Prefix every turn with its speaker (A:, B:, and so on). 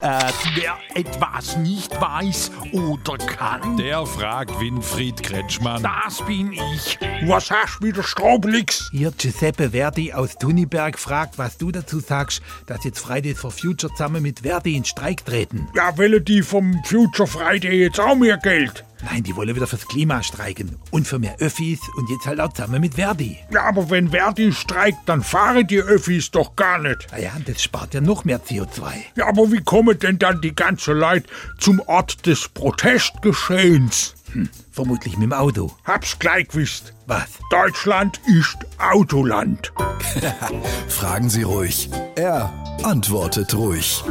A: Äh, wer etwas nicht weiß oder kann,
B: Der fragt Winfried Kretschmann.
A: das bin ich. Was hast du wieder Straublix?
C: Hier Giuseppe Verdi aus Tuniberg fragt, was du dazu sagst, dass jetzt Fridays for Future zusammen mit Verdi in Streik treten.
A: Ja, wollen die vom Future Friday jetzt auch mehr Geld?
C: Nein, die wollen wieder fürs Klima streiken und für mehr Öffis und jetzt halt auch zusammen mit Verdi.
A: Ja, aber wenn Verdi streikt, dann fahren die Öffis doch gar nicht.
C: Naja, das spart ja noch mehr CO2.
A: Ja, aber wie kommen denn dann die ganze Leute zum Ort des Protestgeschehens?
C: Vermutlich mit dem Auto.
A: Hab's gleich gewusst.
C: Was?
A: Deutschland ist Autoland.
D: Fragen Sie ruhig. Er antwortet ruhig.